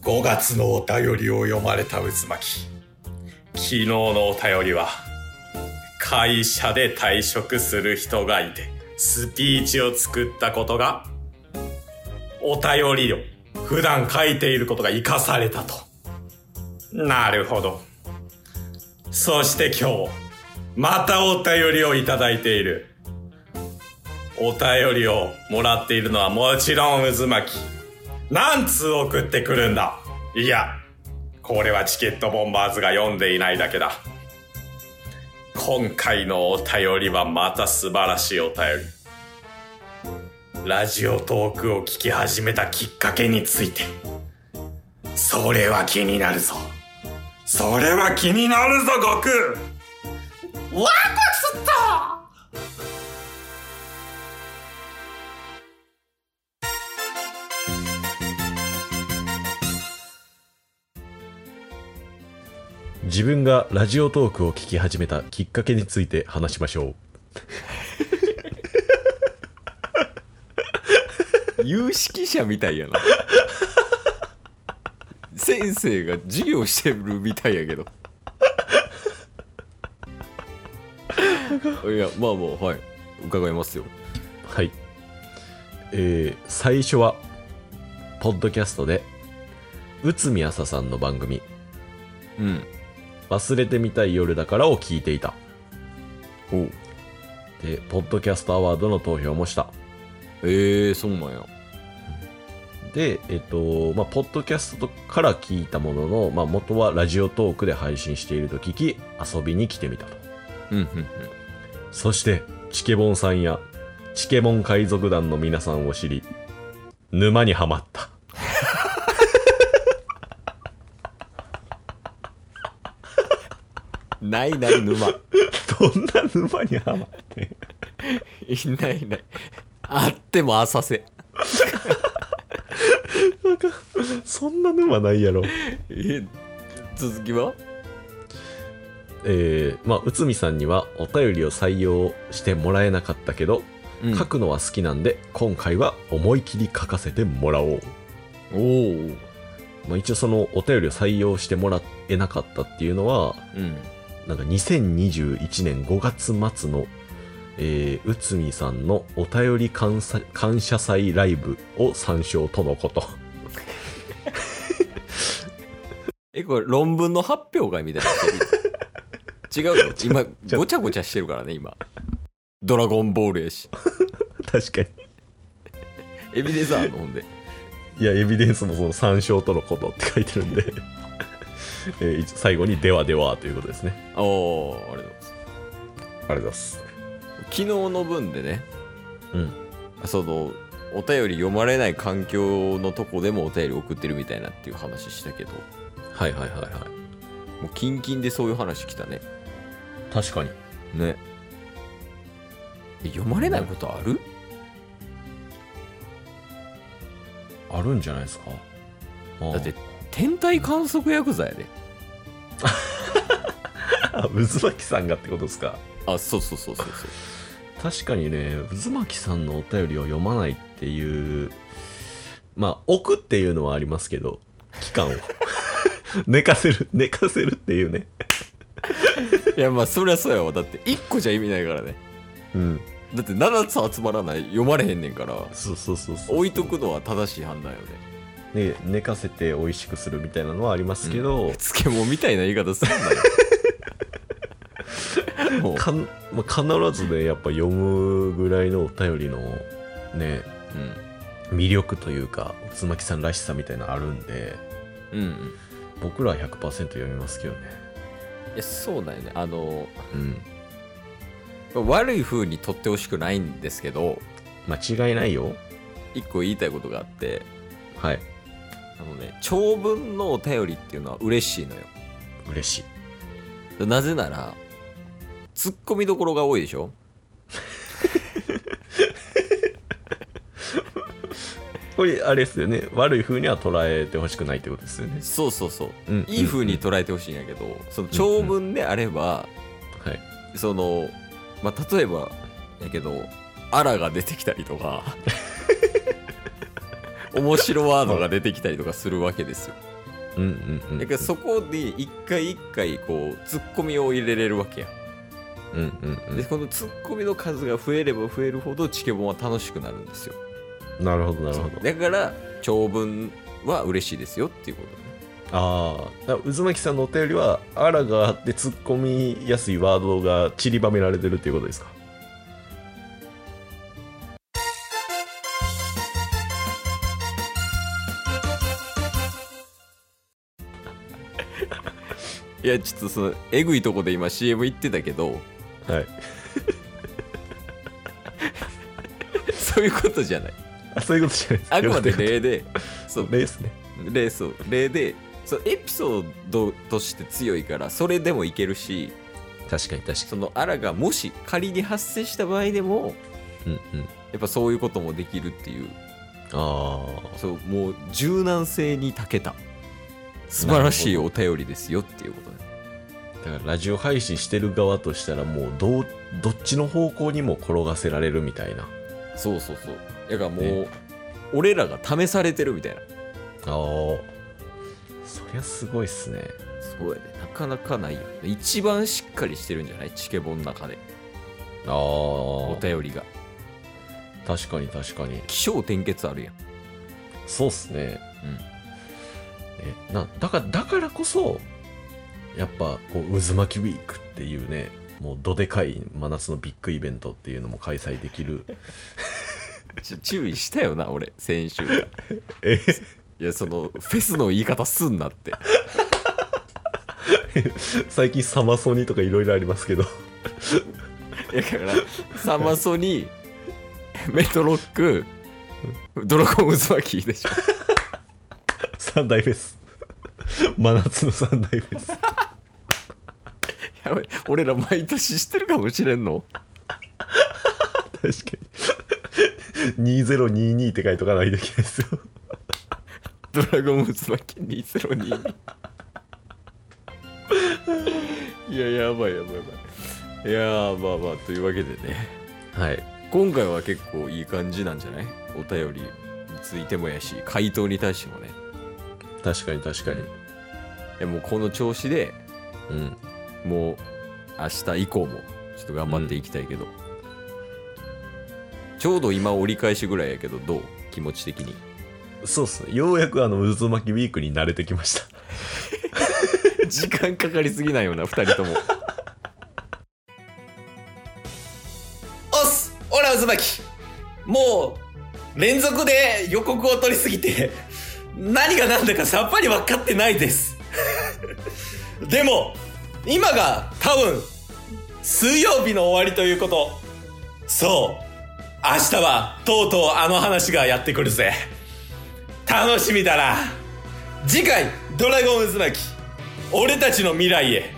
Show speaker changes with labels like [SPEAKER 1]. [SPEAKER 1] 5月のお便りを読まれた渦巻昨日のお便りは会社で退職する人がいてスピーチを作ったことがお便りを普段書いていることが生かされたとなるほどそして今日またお便りをいただいているお便りをもらっているのはもちろん渦巻き何通送ってくるんだいやこれはチケットボンバーズが読んでいないだけだ今回のお便りはまた素晴らしいお便りラジオトークを聞き始めたきっかけについてそれは気になるぞそれは気になるぞ悟空わこつった
[SPEAKER 2] 自分がラジオトークを聞き始めたきっかけについて話しましょ
[SPEAKER 3] 有識者みたいやな先生が授業してるみたいやけどいやまあもうはい伺いますよ
[SPEAKER 2] うはいえー、最初はポッドキャストで内海朝さんの番組
[SPEAKER 3] うん
[SPEAKER 2] 「忘れてみたい夜だから」を聞いていた
[SPEAKER 3] お
[SPEAKER 2] でポッドキャストアワードの投票もした
[SPEAKER 3] えー、そうなんや
[SPEAKER 2] でえっとまあポッドキャストから聞いたものの、まあ、元はラジオトークで配信していると聞き遊びに来てみたと
[SPEAKER 3] うんうんうん
[SPEAKER 2] そして、チケボンさんや、チケボン海賊団の皆さんを知り、沼にはまった。
[SPEAKER 3] ないない沼い
[SPEAKER 2] どんな沼にはまって
[SPEAKER 3] ないいないあっても浅瀬
[SPEAKER 2] そんな沼ないやろ。
[SPEAKER 3] え続きは
[SPEAKER 2] えー、まあ、内海さんにはお便りを採用してもらえなかったけど、
[SPEAKER 3] うん
[SPEAKER 2] 書くのは好きなんで、今回は思い切り書かせてもらおう。
[SPEAKER 3] おお
[SPEAKER 2] まあ、一応そのお便りを採用してもらえなかったっていうのは、
[SPEAKER 3] うん
[SPEAKER 2] なんか2021年5月末の、えー、内海さんのお便り感謝感謝祭ライブを参照とのこと。
[SPEAKER 3] えこれ論文の発表会みたいになってる違うよ今
[SPEAKER 2] ちょ
[SPEAKER 3] ごちゃごちゃしてるからね今ドラゴンボールやし
[SPEAKER 2] 確かに。
[SPEAKER 3] エビデンスあるのほんで
[SPEAKER 2] いや、エビデンスもその参照とのことって書いてるんで、 えー一最後にではではということですね。
[SPEAKER 3] おーありがとうございま
[SPEAKER 2] あ
[SPEAKER 3] す
[SPEAKER 2] りがとうございます。
[SPEAKER 3] 昨日の分でね
[SPEAKER 2] うん。
[SPEAKER 3] そのお便り読まれない環境のとこでもお便り送ってるみたいなっていう話したけど
[SPEAKER 2] はいはいはいはい。
[SPEAKER 3] もうキンキンでそういう話来たね
[SPEAKER 2] 確かに。
[SPEAKER 3] ねえ読まれないことある
[SPEAKER 2] あるんじゃないですか。
[SPEAKER 3] だって、天体観測薬剤やで
[SPEAKER 2] あ渦巻さんがってことですか。
[SPEAKER 3] あそうそうそうそうそう
[SPEAKER 2] 確かにね渦巻さんのお便りを読まないっていうまあ置くっていうのはありますけど期間を 寝かせる寝かせるっていうね
[SPEAKER 3] いやまあそりゃそうやわだって1個じゃ意味ないからね
[SPEAKER 2] うん
[SPEAKER 3] だって7つ集まらない読まれへんねんから
[SPEAKER 2] そうそうそうそう
[SPEAKER 3] 置いとくのは正しい判断よね
[SPEAKER 2] ね寝かせて美味しくするみたいなのはありますけど、
[SPEAKER 3] 漬物みたいな言い方す んなよもう
[SPEAKER 2] かんまあ、必ずねやっぱ読むぐらいのお便りのね魅力というか渦巻さんらしさみたいなのあるんで
[SPEAKER 3] うんうん
[SPEAKER 2] 僕らは100%読みますけどね
[SPEAKER 3] いやそうだよねあの
[SPEAKER 2] うん
[SPEAKER 3] 悪い風に取ってほしくないんですけど
[SPEAKER 2] 間違いないよ
[SPEAKER 3] 一個言いたいことがあって
[SPEAKER 2] はい
[SPEAKER 3] あのね長文のお便りっていうのは嬉しいのよ
[SPEAKER 2] 嬉しい
[SPEAKER 3] なぜならツッコミどころが多いでしょ
[SPEAKER 2] これあれですよね悪い風には捉えてほしくないってことですよね、
[SPEAKER 3] そうそうそう
[SPEAKER 2] うん
[SPEAKER 3] いい風に捉えてほしいんやけどその長文であれば
[SPEAKER 2] はい
[SPEAKER 3] そのまあ例えばやけどあらが出てきたりと か面白ワードが出てきたりとかするわけですよ
[SPEAKER 2] うんうんうん。
[SPEAKER 3] だからそこで一回一回こうツッコミを入れれるわけや
[SPEAKER 2] うんうん
[SPEAKER 3] でこのツッコミの数が増えれば増えるほどチケボンは楽しくなるんですよ
[SPEAKER 2] うん。なるほどなるほど。
[SPEAKER 3] だから長文は嬉しいですよっていうことね
[SPEAKER 2] ああ。だから渦巻さんのお便りは、あらがあって突っ込みやすいワードが散りばめられてるっていうことですか
[SPEAKER 3] いやちょっとそのえぐいとこで今 CM 行ってたけど
[SPEAKER 2] はい。
[SPEAKER 3] そういうことじゃない
[SPEAKER 2] あ、そういうことじゃないですか。
[SPEAKER 3] あくまで
[SPEAKER 2] よかったよ
[SPEAKER 3] 例でそう
[SPEAKER 2] かった例ですね。
[SPEAKER 3] 例そう例でそうエピソードとして強いからそれでもいけるし
[SPEAKER 2] 確かに確
[SPEAKER 3] そのアラがもし仮に発生した場合でも
[SPEAKER 2] に。うんうん。
[SPEAKER 3] やっぱそういうこともできるっていう
[SPEAKER 2] ああ。
[SPEAKER 3] そうもう柔軟性に長けた素晴らしいお便りですよっていうことね
[SPEAKER 2] だからラジオ配信してる側としたらもうどうどっちの方向にも転がせられるみたいな
[SPEAKER 3] そうそうそうだからもう、
[SPEAKER 2] ね
[SPEAKER 3] 俺らが試されてるみたいな
[SPEAKER 2] ああそりゃすごいっすね
[SPEAKER 3] そうやねなかなかないよ一番しっかりしてるんじゃないチケボンの中で
[SPEAKER 2] あ
[SPEAKER 3] お
[SPEAKER 2] あ
[SPEAKER 3] 便りが
[SPEAKER 2] 確かに確かに
[SPEAKER 3] 起承転結あるやん
[SPEAKER 2] そうっすねえなだからだからこそやっぱこう渦巻きウィークっていうねもうどでかい真夏のビッグイベントっていうのも開催できる
[SPEAKER 3] ち注意したよな俺先週が
[SPEAKER 2] え
[SPEAKER 3] いやそのフェスの言い方すんなって
[SPEAKER 2] 最近サマソニとかいろいろありますけど
[SPEAKER 3] だからサマソニメトロックドラゴン渦巻きでしょ
[SPEAKER 2] 三大フェス 真夏の三大フェス
[SPEAKER 3] やばい俺ら毎年知ってるかもしれんの
[SPEAKER 2] 確かに 2022って書いとかないといけないですよ
[SPEAKER 3] ドラゴン渦巻き2022いややばいやばいやばいいやーまあまあというわけでね
[SPEAKER 2] はい
[SPEAKER 3] 今回は結構いい感じなんじゃないお便りについてもやし回答に対してもね
[SPEAKER 2] 確かに確かに
[SPEAKER 3] いやもうこの調子で
[SPEAKER 2] うん
[SPEAKER 3] もう明日以降もちょっと頑張っていきたいけど、ちょうど今折り返しぐらいやけどどう気持ち的に
[SPEAKER 2] そうっすねようやくあの渦巻きウィークに慣れてきました
[SPEAKER 3] 時間かかりすぎないような2人とも
[SPEAKER 1] おっすオラ渦巻きもう連続で予告を取りすぎて何が何だかさっぱり分かってないです でも今が多分水曜日の終わりということそう明日はとうとうあの話がやってくるぜ楽しみだな次回「ドラゴン渦巻き俺たちの未来へ」